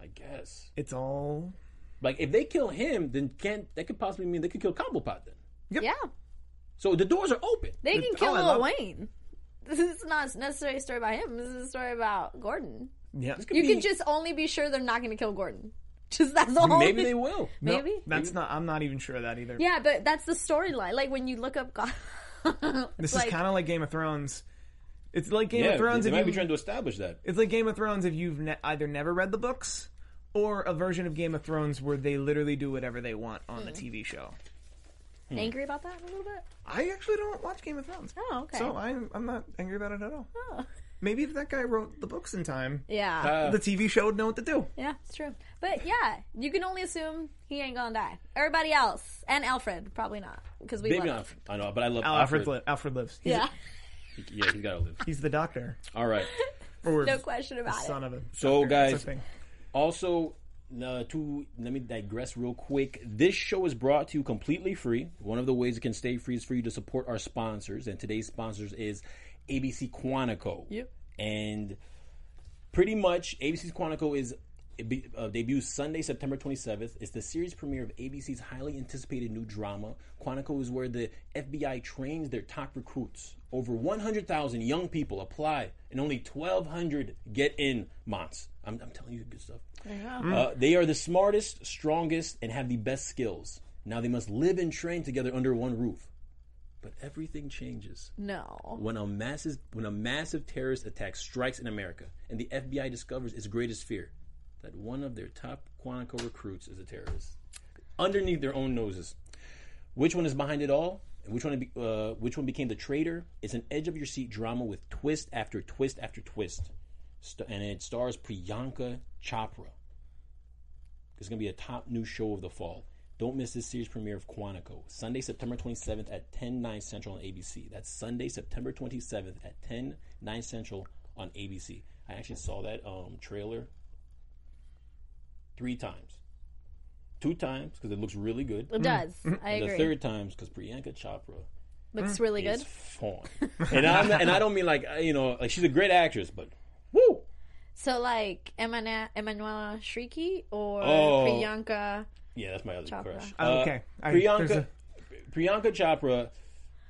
I: I guess.
H: It's all
I: Like if they kill him, then can't that could possibly mean they could kill Cobblepot then.
J: Yeah,
I: So the doors are open.
J: they can
I: oh,
J: kill
H: I
J: Lil
H: love-
J: Wayne. *laughs* This is not necessarily a story about him. This is a story about Gordon.
H: yeah.
I: Could
J: You
I: be-
J: can just only be sure they're not going to kill Gordon. *laughs* Just that's the whole.
I: maybe they will.
H: No,
J: Maybe.
H: that's not. I'm not even sure of that either.
J: *laughs* Yeah, but that's the storyline. Like when you look up *laughs* God.
H: this is kind of like Game of Thrones. It's like Game
I: Yeah,
H: of Thrones.
I: they
H: if
I: might be
H: you-
I: trying to establish that.
H: It's like Game of Thrones if you've ne- either never read the books or a version of Game of Thrones where they literally do whatever they want on
J: Hmm.
H: the TV show.
J: angry about that a little bit.
H: I actually don't watch Game of Thrones.
J: Oh, okay.
H: So I'm, I'm not angry about it at all.
J: Oh.
H: Maybe if that guy wrote the books in time,
J: Yeah.
I: Uh,
H: the TV show would know what to do.
J: Yeah, it's true. But yeah, you can only assume he ain't gonna die. Everybody else and Alfred probably not because we
I: Maybe
J: love
I: not. I know, but I love
H: Al-
I: Alfred.
H: Alfred, li- Alfred lives. He's,
J: Yeah,
I: Yeah, he's got to live.
H: he's the doctor.
I: All right.
H: Or
J: no question about it.
H: son of a.
I: So,
H: doctor. It's a
I: guys-
H: thing.
I: Also, uh, to let me digress real quick. This show is brought to you completely free. One of the ways it can stay free is for you to support our sponsors, and today's sponsors is ABC Quantico. Yep. And pretty much, ABC's Quantico is it be, uh, debuts Sunday, September 27th. It's the series premiere of ABC's highly anticipated new drama. Quantico is where the FBI trains their top recruits. Over 100,000 young people apply, and only 1,200 get in. Monts, I'm, I'm telling you good stuff. Uh, they are the smartest, strongest, and have the best skills. Now they must live and train together under one roof. But everything changes
J: No,
I: when a massive when a massive terrorist attack strikes in America and the FBI discovers its greatest fear that one of their top Quantico recruits is a terrorist underneath their own noses. Which one is behind it all? And which one be, uh, which one became the traitor? It's an edge of your seat drama with twist after twist after twist. St- and it stars Priyanka Chopra. It's going to be a top new show of the fall. Don't miss this series premiere of Quantico, Sunday, September 27th at 10, 9 Central on ABC. That's Sunday, September 27th at 10, 9 Central on ABC. I actually saw that um, trailer three times. Two times because it looks really good.
J: it does. I
I: and Mm. the
J: agree.
I: third times because Priyanka Chopra
H: Mm.
J: Looks really
I: is
J: good.
I: fawn.
J: *laughs*
I: and, I'm, and I don't mean like, uh, you know, like she's a great actress, but woo!
J: So like Emana- Emmanuel Shriki or
I: Oh.
J: Priyanka.
I: Yeah, that's my other
J: Chopra.
I: crush.
H: Oh, okay. I- there's
I: Priyanka,
H: a-
I: Priyanka Chopra.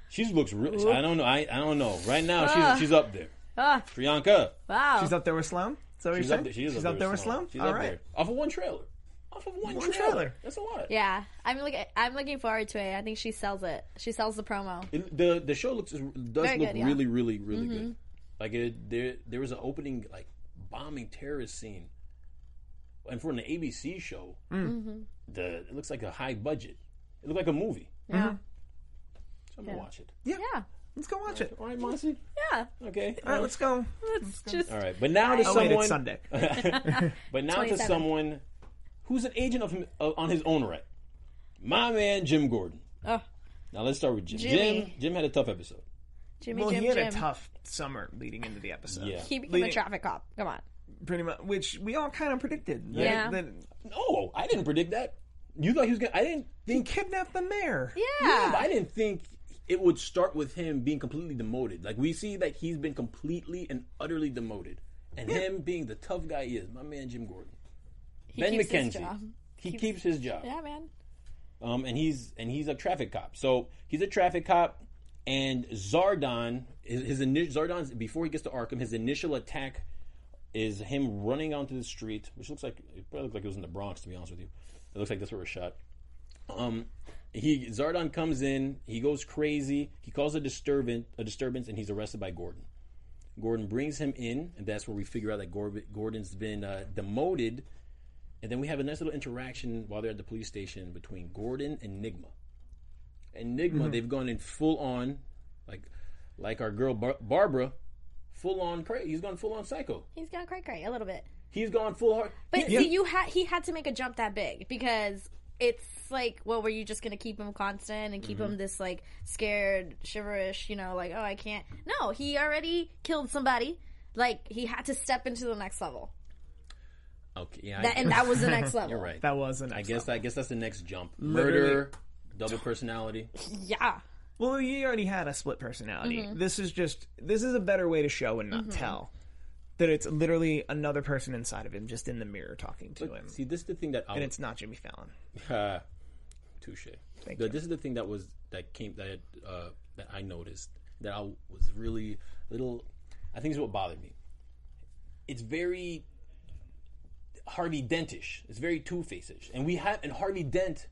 I: She looks really. I don't know. I, I don't know. Right now,
J: Ah.
I: she's she's up there. Priyanka,
J: Wow.
H: She's up there with Sloan? Is that what
I: she's
H: you're
I: up there.
H: saying?
I: She is
H: She's
I: up,
H: there with
I: Sloan.
H: Sloan?
I: She's
H: All
I: up
H: right.
I: there. Off of one trailer. Off of one,
H: One
I: trailer.
H: trailer.
I: That's a lot.
J: yeah, I'm looking. I'm looking forward to it. I think she sells it. She sells the promo.
I: It- the the show looks it does
J: Very
I: look
J: good, yeah. Mm-hmm.
I: really really really good. Like it, there there was an opening like bombing terrorist scene, and for an ABC show,
H: Mm.
J: Mm-hmm.
I: the it looks like a high budget. It looked like a movie.
H: Mm-hmm.
J: Yeah.
I: So I'm gonna watch it.
J: Yeah.
H: Let's go watch it.
I: All right, Monty.
J: Yeah.
I: Okay.
H: All right, let's go.
J: It's just
I: All right, but now to
H: Oh, wait, it's
I: someone. *laughs*
H: Sunday.
I: But now to
J: 27.
I: someone who's an agent of him uh, on his own right. My man Jim Gordon.
J: Oh.
I: Now let's start with Jim.
J: Jimmy.
I: Jim Jim had a tough episode.
J: Jimmy
H: Well,
J: Jim
H: he had
J: Jim.
H: a tough summer leading into the episode.
I: Yeah.
J: he became a
H: leading-
J: traffic cop. Come on.
H: Pretty much, which we all kind of predicted. right?
J: Yeah.
H: That
I: No, I didn't predict that. You thought he was gonna? I didn't
H: he
I: think.
H: kidnapped the mayor.
I: Yeah, but I didn't think it would start with him being completely demoted. Like we see that he's been completely and utterly demoted, and him being the tough guy he is. My man Jim Gordon. ben
J: keeps
I: McKenzie.
J: his job.
I: He keeps, his job.
J: Yeah, man.
I: um, and he's and he's a traffic cop. So he's a traffic cop, and Zardon his, his ini- Zardon's before he gets to Arkham, his initial attack is him running onto the street, which looks like it probably looked like it was in the Bronx. To be honest with you, it looks like that's where it was shot. Um, he Zardon comes in, he goes crazy, he calls a disturbance, a disturbance, and he's arrested by Gordon. Gordon brings him in, and that's where we figure out that Gor- Gordon's been uh, demoted and then we have a nice little interaction while they're at the police station between Gordon and Nigma. Enigma,
H: Mm-hmm.
I: they've gone in full on, like, like our girl Bar- Barbara, full on crazy. He's gone full on psycho.
J: He's gone cray cray a little bit.
I: He's gone full hard.
J: But see, you had he had to make a jump that big because it's like, well, were you just gonna keep him constant and keep
I: Mm-hmm.
J: him this like scared, shiverish, you know, like oh, I can't. No, he already killed somebody. Like he had to step into the next level,
I: Okay, yeah, I,
J: that, and that
I: *laughs*
J: was the next level.
I: you're right.
H: That was an
I: I guess I guess that's the next jump.
H: Literally.
I: Murder, double personality.
J: Yeah,
H: Well, you already had a split personality.
J: Mm-hmm.
H: This is just this is a better way to show and not tell that it's literally another person inside of him, just in the mirror talking to him,
I: See, this is the thing that
H: and it's not Jimmy Fallon.
I: Uh, touche. Thank
H: you.
I: This is the thing that was that came that uh, that I noticed that I was really little. I think is what bothered me. It's very Harvey Dentish. It's very Two Faceish, and we have and Harvey Dent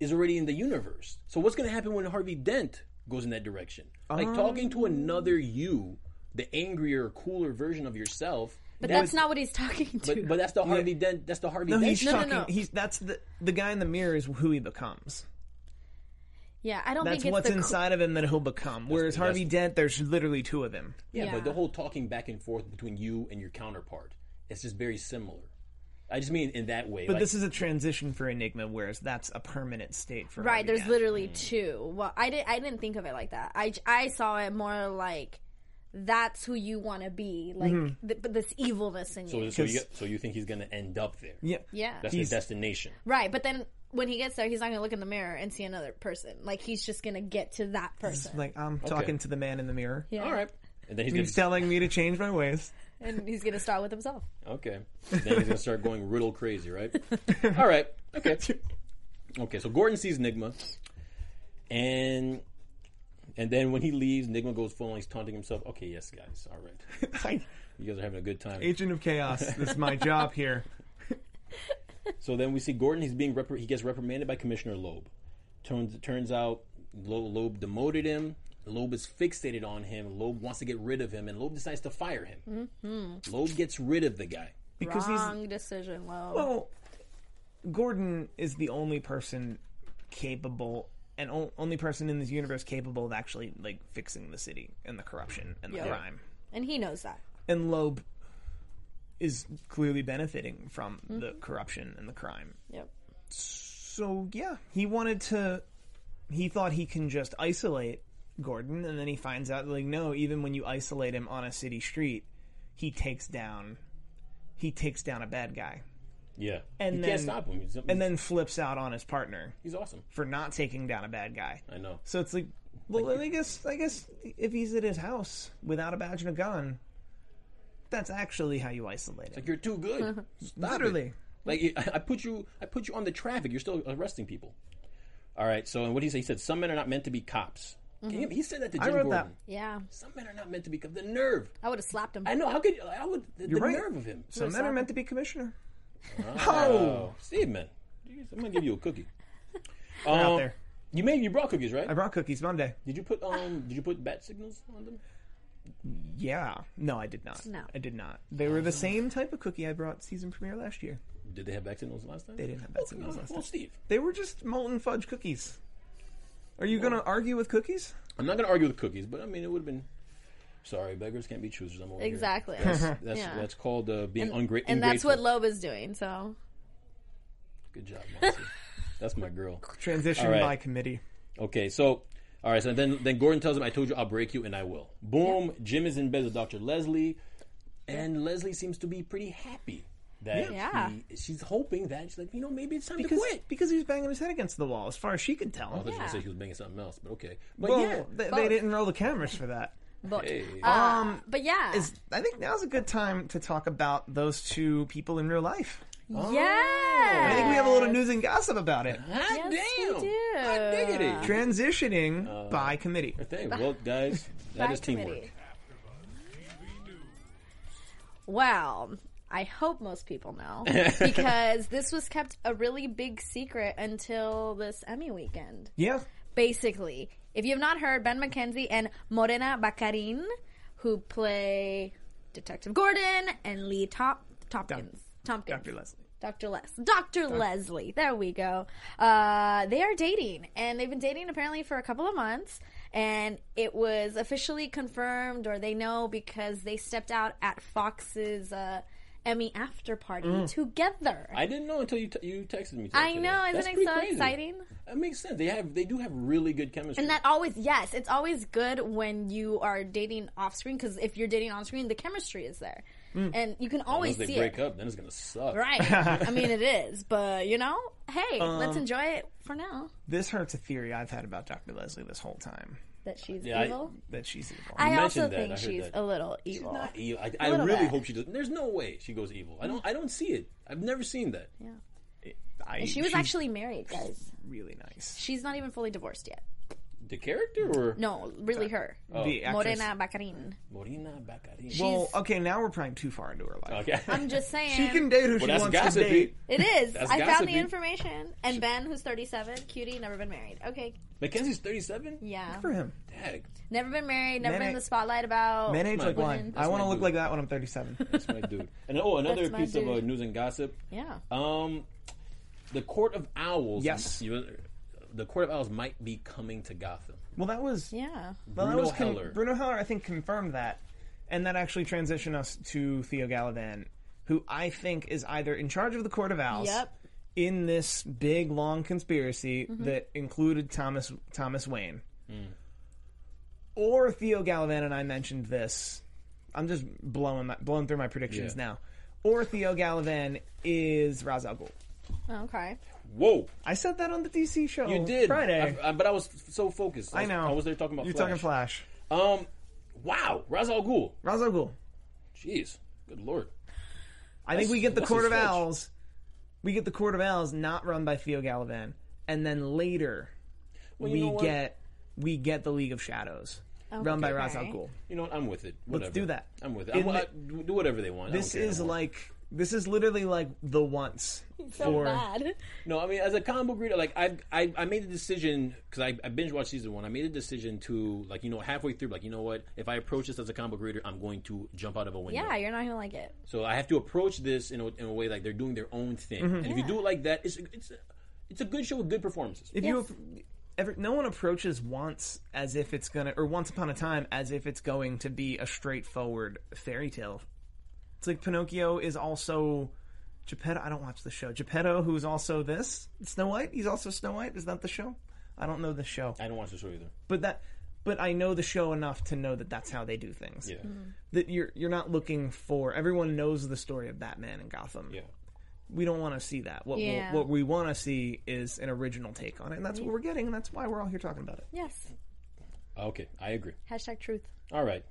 I: is already in the universe. So what's going to happen when Harvey Dent goes in that direction?
H: Um.
I: Like talking to another you, the angrier, cooler version of yourself.
J: But that's not what he's talking to.
I: But, but that's the Harvey Dent. That's the Harvey
H: No,
I: Dent.
H: he's
J: No, no,
H: talking.
J: no.
H: He's that's the the guy in the mirror is who he becomes.
J: yeah, I don't
H: That's
J: think it's
H: what's
J: the
H: inside of him that he'll become. Whereas
I: that's-
H: Harvey Dent, there's literally two of them.
I: Yeah,
J: Yeah.
I: but the whole talking back and forth between you and your counterpart, it's just very similar. I just mean in that way.
H: But this is a transition for Enigma, whereas that's a permanent state for
J: Right,
H: Harvey
J: there's
H: Dent.
J: literally two. Well, I didn't I didn't think of it like that. I, j- I saw it more like that's who you want to be, like th- but this evilness in
I: Mm-hmm. so,
J: you.
I: so you so you think he's going to end up there?
H: Yeah.
J: yeah.
I: that's his destination.
J: Right, but then when he gets there, he's not going to look in the mirror and see another person. Like he's just going to get to that
H: *laughs*
J: person.
H: Like I'm talking to the man in the mirror.
J: Yeah.
I: All right, and then he's
H: He's
I: going
H: telling me to change my ways.
I: *laughs*
H: *laughs*
J: And he's going to start with himself.
I: to okay. Then he's going to start going riddle crazy,
H: *laughs*
I: right? All right, okay, okay. So Gordon sees Nigma, and and then when he leaves, Nigma goes full on. He's taunting himself. Okay, yes, guys. All right, you guys are having a good time.
H: Agent of Chaos. This is my
I: *laughs*
H: job here.
I: So then we see Gordon. He's being repri- he gets reprimanded by Commissioner Loeb. Turns turns out Lo- Loeb demoted him. Loeb is fixated on him. Loeb wants to get rid of him, and Loeb decides to fire him.
H: Mm-hmm.
I: Loeb gets rid of the guy.
H: Because he's
J: Wrong decision, Lo.
H: Well, Gordon is the only person capable, and o- only person in this universe capable of actually like fixing the city and the corruption and the
J: Yeah.
H: crime.
J: and he knows that.
H: And Loeb is clearly benefiting from the corruption and the crime.
J: Yep.
H: So yeah, he wanted to. He thought he can just isolate Gordon, and then he finds out like no, even when you isolate him on a city street, he takes down. He takes down a bad guy.
I: Yeah,
H: And
I: you
H: then-
I: can't stop him. He's,
H: and then flips out on his partner
I: he's awesome.
H: for not taking down a bad guy.
I: I know.
H: So it's like, well, I guess, I guess if he's at his house without a badge and a gun, that's actually how you isolate him.
I: You're too
H: *laughs*
I: good. Stop it.
H: Literally.
I: Like I- I put you, I put you on the traffic. You're still arresting people. All right. So and what he say? He said some men are not meant to be cops. Can you- He said that to Jim
H: Mm-hmm. I wrote
I: Gordon.
H: that.
J: Yeah.
I: Some men are not meant to be cops. The nerve.
J: I would have slapped him.
I: I know. How could I would the, the
H: right.
I: nerve of him?
H: Some men are meant to be commissioner.
I: Oh, Steve, man, Jeez, I'm gonna give you a
H: *laughs*
I: cookie. Um,
H: out there.
I: You made you brought cookies, right?
H: I brought cookies Monday.
I: Did you put um? Did you put bat signals on them?
H: Yeah. No, I did not.
J: No.
H: I did not. They were the same type of cookie I brought season premiere last year.
I: Did they have bat signals last time?
H: They didn't have bat signals last
I: Well,
H: time.
I: Steve,
H: They were just molten fudge cookies. Are you going to argue with cookies?
I: I'm not gonna argue with cookies, but I mean it would have been. Sorry, beggars can't be choosers. I'm over
J: Exactly.
I: Here.
H: *laughs*
I: That's that's,
J: Yeah.
I: that's called uh, being ungra-
J: and,
I: ungrateful.
J: and that's what Loeb is doing, so.
I: Good job, Monty. that's my
J: *laughs*
I: girl.
H: Transition
I: All right.
H: by committee.
I: Okay, so all right, so then then Gordon tells him, "I told you I'll break you, and I will." Boom. Jim is in bed with Doctor Leslie, and Leslie seems to be pretty happy that
J: Yeah.
I: he- she's hoping that she's like, you know, maybe it's time
H: Because,
I: to quit.
H: because he was banging his head against the wall, as far as she could tell.
I: I thought you were gonna
J: Yeah.
I: say she was banging something else, but okay. But
H: Well,
I: yeah,
H: they, they
J: both.
H: didn't roll the cameras for that.
J: But,
I: Hey.
J: um, but yeah.
H: Is- I think now's a good time to talk about those two people in real life.
J: yeah.
H: oh. I think we have a little news and gossip about it.
I: hot
J: Yes, we
I: Ah, damn,
J: do.
I: hot diggity.
H: Transitioning
I: Uh.
H: by committee.
I: Hey, well, guys, that
J: Back
I: is
J: to
I: teamwork.
J: Mitty. Well, I hope most
H: *laughs*
J: people know because this was kept a really big secret until this Emmy weekend.
H: Yeah.
J: Basically, if you have not heard, Ben McKenzie and Morena Baccarin, who play Detective Gordon and Lee Top Tompkins, Tompkins,
H: Dr. Leslie.
J: Dr. Les. Dr. Leslie. There we go. Uh, they are dating, and they've been dating apparently for a couple of months. And it was officially confirmed, or they know because they stepped out at Fox's uh, Emmy after party together. I,
I: I didn't know until you t- you texted me. today.
J: know,
I: That's
J: isn't it
I: pretty
J: so
I: crazy.
J: exciting?
I: That makes sense. They have they do have really good chemistry.
J: And that always, yes, it's always good when you are dating off screen because if you're dating on screen, the chemistry is there.
H: Mm.
J: and you can always
I: Unless they
J: see
I: break
J: it.
I: up, then it's gonna suck.
J: Right. I mean, it is, but you know, hey,
H: Uh.
J: let's enjoy it for now.
H: This hurts a theory I've had about Dr. Leslie this whole time
J: That she's
I: Yeah, I-
J: evil.
H: that she's evil.
J: I, also
I: mentioned that.
J: think
I: I heard
J: she's
I: that.
J: a little evil.
I: Not evil. I, I
J: little
I: really
J: bit.
I: hope she does. There's no way she goes evil. I
H: Mm.
I: don't. I don't see it. I've never seen that.
H: I-
J: and she was
H: she's
J: actually married, guys.
H: really nice.
J: She's not even fully divorced yet.
I: The character or
J: No, really, her.
I: Oh.
H: The actress.
J: Morena Baccarin.
I: Morena Baccarin.
H: Well, okay, now we're prying too far into her life.
I: *laughs* okay.
J: I'm just saying.
H: She can date who
I: well,
H: she
I: that's
H: wants to
I: gossipy.
H: date.
J: It is.
I: That's
J: I found
I: gossipy.
J: the information. And Ben, who's 37, cutie, never been married. Okay,
I: Mackenzie's 37.
J: yeah.
H: For him,
I: Dag.
J: Never been married, never been
H: Man
J: in the
H: ain't-
J: spotlight about.
H: man age
I: my
H: like
I: dude.
H: wine.
I: That's
H: I want to
I: my
H: look
I: dude.
H: like that when I'm 37.
J: *laughs*
I: That's my
H: *laughs*
I: dude. And oh, another
J: That's my
I: piece of uh,
J: dude.
I: news and gossip.
J: Yeah.
I: Um, the Court of Owls.
H: Yes.
I: You- uh, the Court of Owls might be coming to Gotham.
H: Well, that was
J: yeah.
H: Well,
I: Bruno
H: that was
I: Heller.
H: Bruno Heller, I think, confirmed that, and that actually transitioned us to Theo Gallivan, who I think is either in charge of the Court of Owls
J: Yep.
H: in this big long conspiracy
J: Mm-hmm.
H: that included Thomas Thomas Wayne,
I: Mm.
H: or Theo Gallivan. And I mentioned this. I'm just blowing my, blowing through my predictions
I: Yeah.
H: now. Or Theo Gallivan is Ra's al Ghul.
J: Okay.
I: Whoa.
H: I said that on the DC show.
I: You did
H: Friday.
I: I- I- but I was f- so focused. I,
H: I,
I: was-
H: know.
I: I was there talking about
H: You're
I: Flash.
H: talking Flash.
I: Um, wow, Ra's al Ghul.
H: Ra's al Ghul.
I: Jeez, good lord.
H: I think we get the
I: that's a
H: Court of
I: stretch.
H: Owls. We get the Court of Owls not run by Theo Gallivan, and then later
I: Well, you know
H: we
I: what?
H: get we get the League of Shadows run by Ra's al
J: Oh, Okay.
H: Ghul.
I: You know what? I'm with it. Whatever.
H: do that.
I: I'm with it.
H: In
I: I- I-
H: the-
I: do whatever they want. I
H: This
I: don't care
H: is
I: anymore.
H: like this is literally like the once
J: So bad.
I: no. I mean, as a comic book reader, like I, I, I made the decision because I, I binge watched season one. I made a decision to like you know halfway through, like you know what? If I approach this as a comic book reader, I'm going to jump out of a window.
J: Yeah, you're not gonna like it.
I: So I have to approach this in a, in a way like they're doing their own thing.
H: Mm-hmm.
I: And if you do it like that, it's it's a, it's a good show with good performances.
H: If you ever, no one approaches once as if it's gonna or once upon a time as if it's going to be a straightforward fairy tale. It's like Pinocchio is also Geppetto. I don't watch the show. Geppetto, who's also this Snow White. He's also Snow White. Is that the show? I don't know the show,
I: I don't watch the show either.
H: but that. But I know the show enough to know that that's how they do things.
I: Yeah,
J: Mm-hmm.
H: That you're you're not looking for. Everyone knows the story of Batman and Gotham
I: yeah.
H: we don't want to see that. What
J: Yeah.
H: we'll, what we want to see is an original take on it, and that's what we're getting, and that's why we're all here talking about it.
J: Yes.
I: Okay, I agree.
J: Hashtag truth.
I: All right.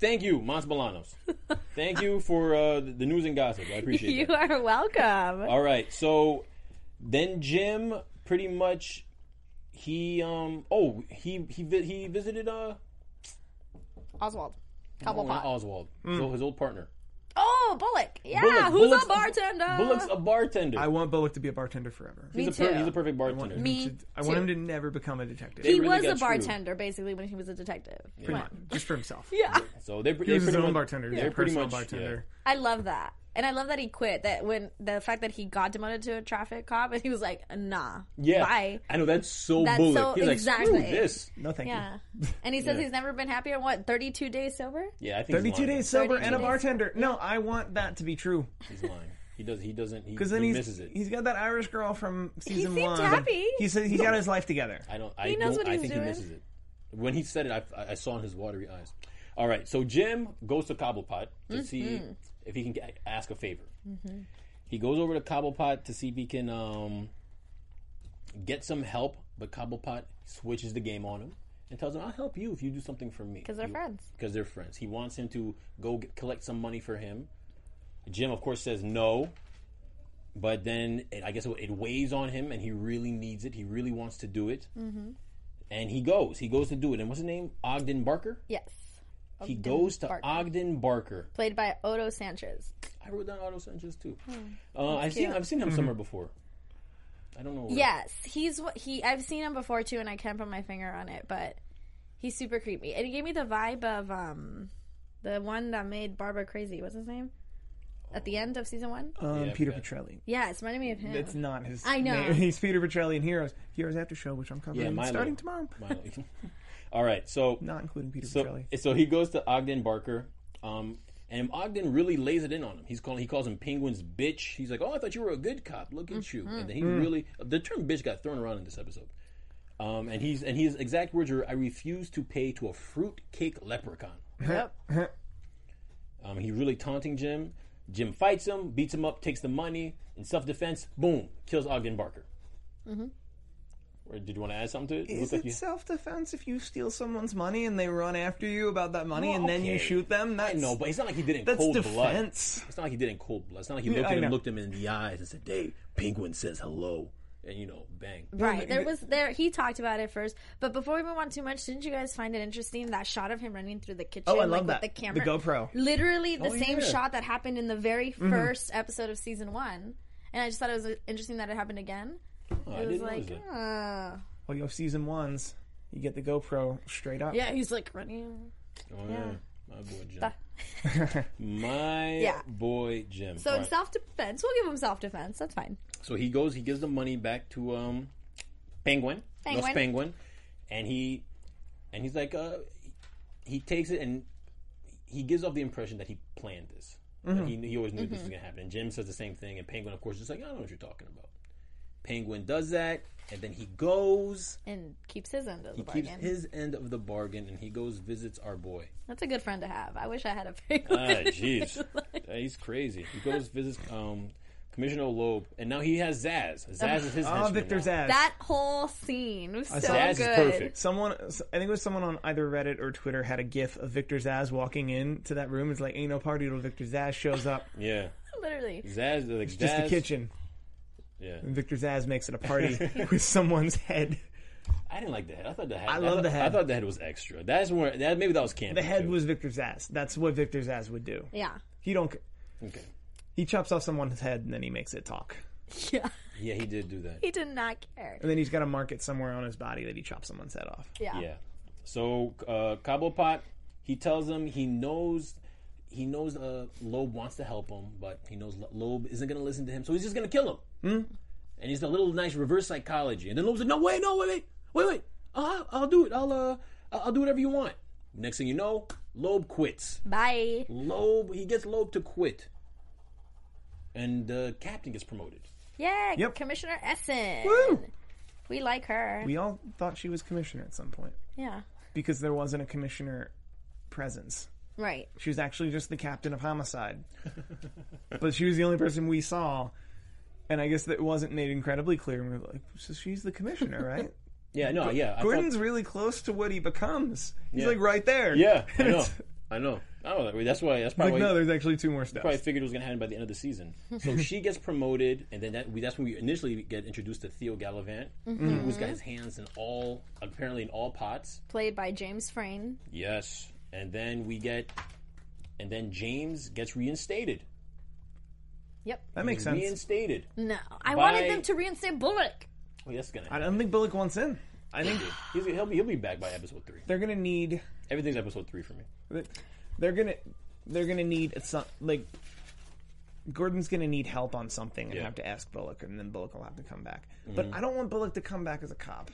I: Thank you, Mons Bolanos. Thank you for uh, the the news and gossip. I
J: *laughs*
I: appreciate
J: You
I: it.
J: are welcome.
I: All right. So then Jim pretty much he um oh he he vi- he visited uh
J: Oswald.
I: oh, not
J: Cobblepot.
I: Oswald
H: Hmm.
I: so his old partner
J: Oh, Bullock. Yeah,
I: Bullock-
J: who's
I: Bullock's-
J: a bartender?
I: Bullock's a bartender
H: I want Bullock to be a bartender forever.
J: Me
I: he's, a per-
J: too.
I: he's a perfect bartender
J: Me
H: To- I want
J: too.
H: him to never become a detective,
I: They
J: He
I: really
J: was
I: got
J: a
I: screwed.
J: bartender basically when he was a detective.
H: Pretty
J: Come on.
H: much, just for himself.
J: Yeah.
I: so they're,
H: he was his own bartender. He was a personal bartender.
J: I love that. And I love that he quit. That when the fact that he got demoted to a traffic cop and he was like, nah.
I: yeah.
J: Bye.
I: I know that's so
J: That's
I: Bullock
J: so-
I: he's like screw
J: exactly.
I: this
H: No, thank
J: Yeah.
H: you.
J: And
I: *laughs*
J: he says he's never been happier. What, 32 days sober?
I: yeah I think he's
H: Thirty-two
I: lying.
H: days sober
J: 32
H: and a
J: days.
H: bartender. No, I want that to be true
I: he's lying he does he doesn't he,
H: because then
I: he
H: he's
I: misses it
H: he's got that Irish girl from season
J: seemed
H: one.
J: happy.
H: He said he's got his life together.
I: I don't. I
J: He knows
I: don't,
J: what
I: I
J: he's
I: think
J: doing.
I: he misses it. When he said it, I, I saw in his watery eyes. All right. So Jim goes to Cobblepot to see
J: Mm-hmm.
I: if he can get, ask a favor. He goes over to Cobblepot to see if he can um, get some help, but Cobblepot switches the game on him and tells him, "I'll help you if you do something for me."
J: Because they're friends.
I: Because they're friends. He wants him to go get, collect some money for him. Jim, of course, says no. But then it, I guess it, it weighs on him, and he really needs it. He really wants to do it, and he goes. He goes to do it. And what's his name? Ogden Barker.
J: Yes.
I: he goes to
J: Barker.
I: Ogden Barker.
J: Played by Odo Sanchez.
I: I wrote down Otto Sanchez too. Uh, I've seen I've seen him somewhere before. I don't know. where.
J: Yes, he's wh- he. I've seen him before too, and I can't put my finger on it, but he's super creepy, and he gave me the vibe of um the one that made Barbara crazy. What's his name? At the end of season one.
H: Um,
I: Yeah,
H: Peter
I: yeah.
H: Petrelli.
J: yeah, it's reminding me of him.
H: That's not his.
J: I know.
H: Name. *laughs* He's Peter Petrelli in Heroes. Heroes After Show, which I'm
I: Yeah,
H: covering
I: Milo.
H: starting tomorrow.
I: Milo. *laughs* All right. So
H: Not including Peter
I: So,
H: Petrelli.
I: so he goes to Ogden Barker, um, and Ogden really lays it in on him. He's calling he calls him Penguin's bitch. He's like, "Oh, I thought you were a good cop. Look at you." And then he
H: Mm-hmm.
I: really the term bitch got thrown around in this episode. Um, and he's and his exact words are, "I refuse to pay to a fruitcake leprechaun."
J: Yep.
I: *laughs* Um, he really taunting Jim. Jim fights him, beats him up, takes the money in self defense. Boom, kills Ogden Barker. Or did you want to add something to it?
H: Mm-hmm. Is
I: Looked like
H: it
I: you-
H: self defense if you steal someone's money and they run after you about that money
I: Well,
H: and then you
I: okay.
H: shoot them?
I: I
H: That's,
I: know, but it's not like he did it in
H: that's
I: cold blood.
H: defense.
I: It's not like he did it in cold blood. It's not like he
H: Yeah,
I: looked
H: I
I: at him,
H: know.
I: looked him in the eyes, and said, "Hey, Penguin says hello," and you know, bang.
J: Right. There was there he talked about it first. But before we move on too much, didn't you guys find it interesting that shot of him running through the kitchen?
H: Oh, I
J: like,
H: love that.
J: with the camera.
H: The GoPro.
J: Literally the
I: Oh,
J: same
I: yeah.
J: shot that happened in the very 1st episode of season one. And I just thought it was uh, interesting that it happened again.
I: Oh, I
J: It was
I: didn't notice
J: like
I: it.
J: uh,
H: Well, you have season ones. You get the GoPro straight up.
J: Yeah, he's like running
I: Oh, yeah. My boy Jim. *laughs* My
J: Yeah.
I: boy Jim.
J: So in
I: Alright.
J: self defense, we'll give him self defense. That's fine.
I: So he goes, he gives the money back to um, Penguin, Los
J: Penguin.
I: Penguin, and he and he's like, uh, he takes it and he gives off the impression that he planned this. That he, he always knew this was
J: Mm-hmm.
I: gonna happen. And Jim says the same thing, and Penguin, of course, is like, I don't know what you're talking about. Penguin does that, and then he goes.
J: And keeps his end of the
I: He
J: bargain.
I: keeps his end of the bargain, and he goes visits our boy.
J: That's a good friend to have. I wish I had a very *laughs*
I: Ah, jeez, Yeah, he's crazy. He goes visits um, Commissioner Loeb, and now he has Zaz. Zaz is his.
H: Oh,
I: henchman
H: Victor
I: now.
H: Zaz.
J: That whole scene was so
I: Zaz
J: good.
I: is perfect.
H: Someone, I think it was someone on either Reddit or Twitter had a GIF of Victor Zaz walking into that room. It's like ain't no party till Victor Zaz shows up.
I: Yeah,
J: *laughs* Literally.
I: Zaz. Like Zaz,
H: Just the kitchen.
I: Yeah,
H: And Victor Zaz makes it
I: *laughs*
H: a party with someone's head.
I: I didn't like the head. I thought the head.
H: I love
I: thought-
H: the head.
I: I thought the head was extra. That's where that maybe that was campy.
H: The head
I: too.
H: was Victor Zaz. That's what Victor Zaz would do.
J: Yeah.
H: He don't. c-
I: okay.
H: He chops off someone's head and then he makes it talk.
J: Yeah.
I: Yeah, he did do that.
J: He did not care.
H: And then he's got to mark it somewhere on his body that he chops someone's head off.
J: Yeah.
I: Yeah. So uh, Cabo Pot, he tells him he knows. He knows uh, Loeb wants to help him, but he knows Lo- Loeb isn't going to listen to him, so he's just going to kill him.
H: Hmm?
I: And he's a little nice reverse psychology. And then Loeb's like, "No, wait, no, wait, wait, wait, wait. I'll, I'll do it. I'll uh, I'll I'll do whatever you want." Next thing you know, Loeb quits.
J: Bye.
I: Loeb, he gets Loeb to quit, and the captain gets promoted.
J: Yeah.
H: Yep.
J: Commissioner Essen. We like her.
H: We all thought she was commissioner at some point
J: yeah.
H: because there wasn't a commissioner presence.
J: Right.
H: She was actually just the captain
I: *laughs*
H: of homicide. but she was the only person we saw. And I guess that wasn't made incredibly clear. And we were like, so she's
I: *laughs*
H: the commissioner, right?
I: Yeah, no, yeah. I thought-
H: Gordon's really close to what he becomes. He's like right there.
I: *laughs* yeah, I
H: And
I: know,
H: *laughs* it's-
I: I know, I know. That's why. That's probably
H: Like,
I: why-
H: no, there's actually two more steps.
I: probably figured it was going to happen by the end of the
H: *laughs*
I: season. So she gets promoted, and then that, we, that's when we initially get introduced to Theo Gallivant,
H: Mm-hmm.
I: who's got his hands in all, apparently in all pots.
J: Played by James Frayne.
I: Yes, and then we get, and then James gets reinstated.
J: Yep.
H: That makes sense.
I: Reinstated.
J: No. I
I: Bye.
J: wanted them to reinstate Bullock.
I: Oh, that's going to
H: I
I: happen.
H: don't think Bullock wants in. I think
I: He's, he'll be he'll be back by episode three.
H: they're gonna need.
I: Everything's episode three for me.
H: They're gonna. They're gonna need at some like. Gordon's gonna need help on something and
I: Yeah. Mm-hmm.
H: have to ask Bullock, and then Bullock will have to come back. But I don't want Bullock to come back as a cop.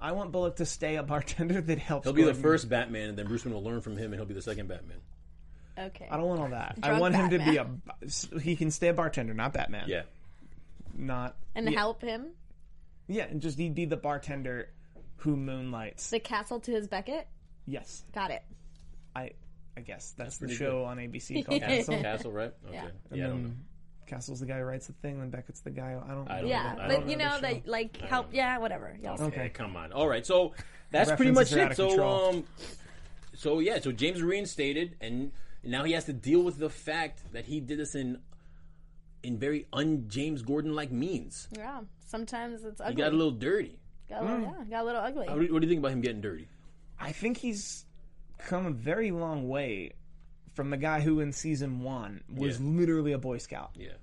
H: I want Bullock to stay a bartender that helps.
I: He'll be the
H: Gordon.
I: first Batman, and then Bruce Wayne will learn from him, and he'll be the second Batman.
J: Okay.
H: I don't want all that. I
J: Drunk
H: want him to be a. He can stay a bartender, not Batman.
I: Yeah,
H: Not.
J: and help him.
H: Yeah, and just he'd be the bartender who moonlights.
J: The castle to his Beckett.
H: Yes,
J: Got it.
H: I. I guess that's, the show on ABC called
I: Castle,
H: Castle.
I: Castle, right? Okay. Yeah, I don't know.
H: Castle's the guy who writes the thing, then Beckett's the guy. I don't.
I: I don't
J: Yeah.
I: know. I
J: But
I: don't
J: you know,
H: the
J: that like help. Yeah. Whatever. Y'all
I: Okay, come on. All right, so that's
H: References
I: pretty much
H: are
I: it.
H: out of
I: So,
H: control.
I: um, so yeah, so James reinstated, and now he has to deal with the fact that he did this in in very un James Gordon like means.
J: Yeah. Sometimes it's
I: He
J: ugly.
I: got a little Mm. dirty.
J: Got a little- yeah. Got a little ugly.
I: What do, you- what do you think about him getting dirty?
H: I think he's come a very long way from the guy who in season one was
I: Yeah.
H: literally a Boy Scout.
I: Yeah,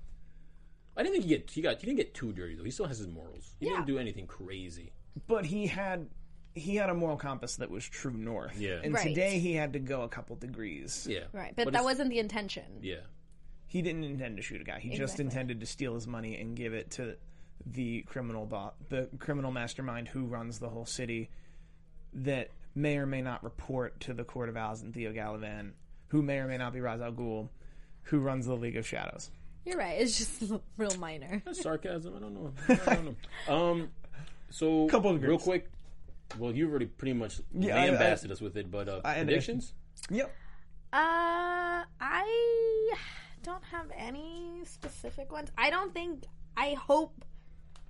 I: I didn't think he get he got he didn't get too dirty though. He still has his morals. He
J: Yeah.
I: didn't do anything crazy.
H: But he had he had a moral compass that was true north.
I: Yeah.
H: And
J: Right.
H: today he had to go a couple degrees.
I: Yeah,
J: Right. But, that
I: it's-
J: wasn't the intention.
I: yeah.
H: He didn't intend to shoot a guy. He just
J: Exactly.
H: intended to steal his money and give it to the criminal bot, the criminal mastermind who runs the whole city that may or may not report to the Court of Owls and Theo Gallivan, who may or may not be Ra's al Ghul, who runs the League of Shadows.
J: You're right. It's just *laughs* real
I: *laughs*
J: minor.
I: That's sarcasm. I don't know. I don't know. Um, so
H: Couple of
I: real
H: groups.
I: quick. Well, you've already pretty much
H: Yeah, I- I-
I: lambasted us with it, but uh,
H: I-
I: predictions.
H: Yep.
J: Uh, I don't have any specific ones. I don't think. I hope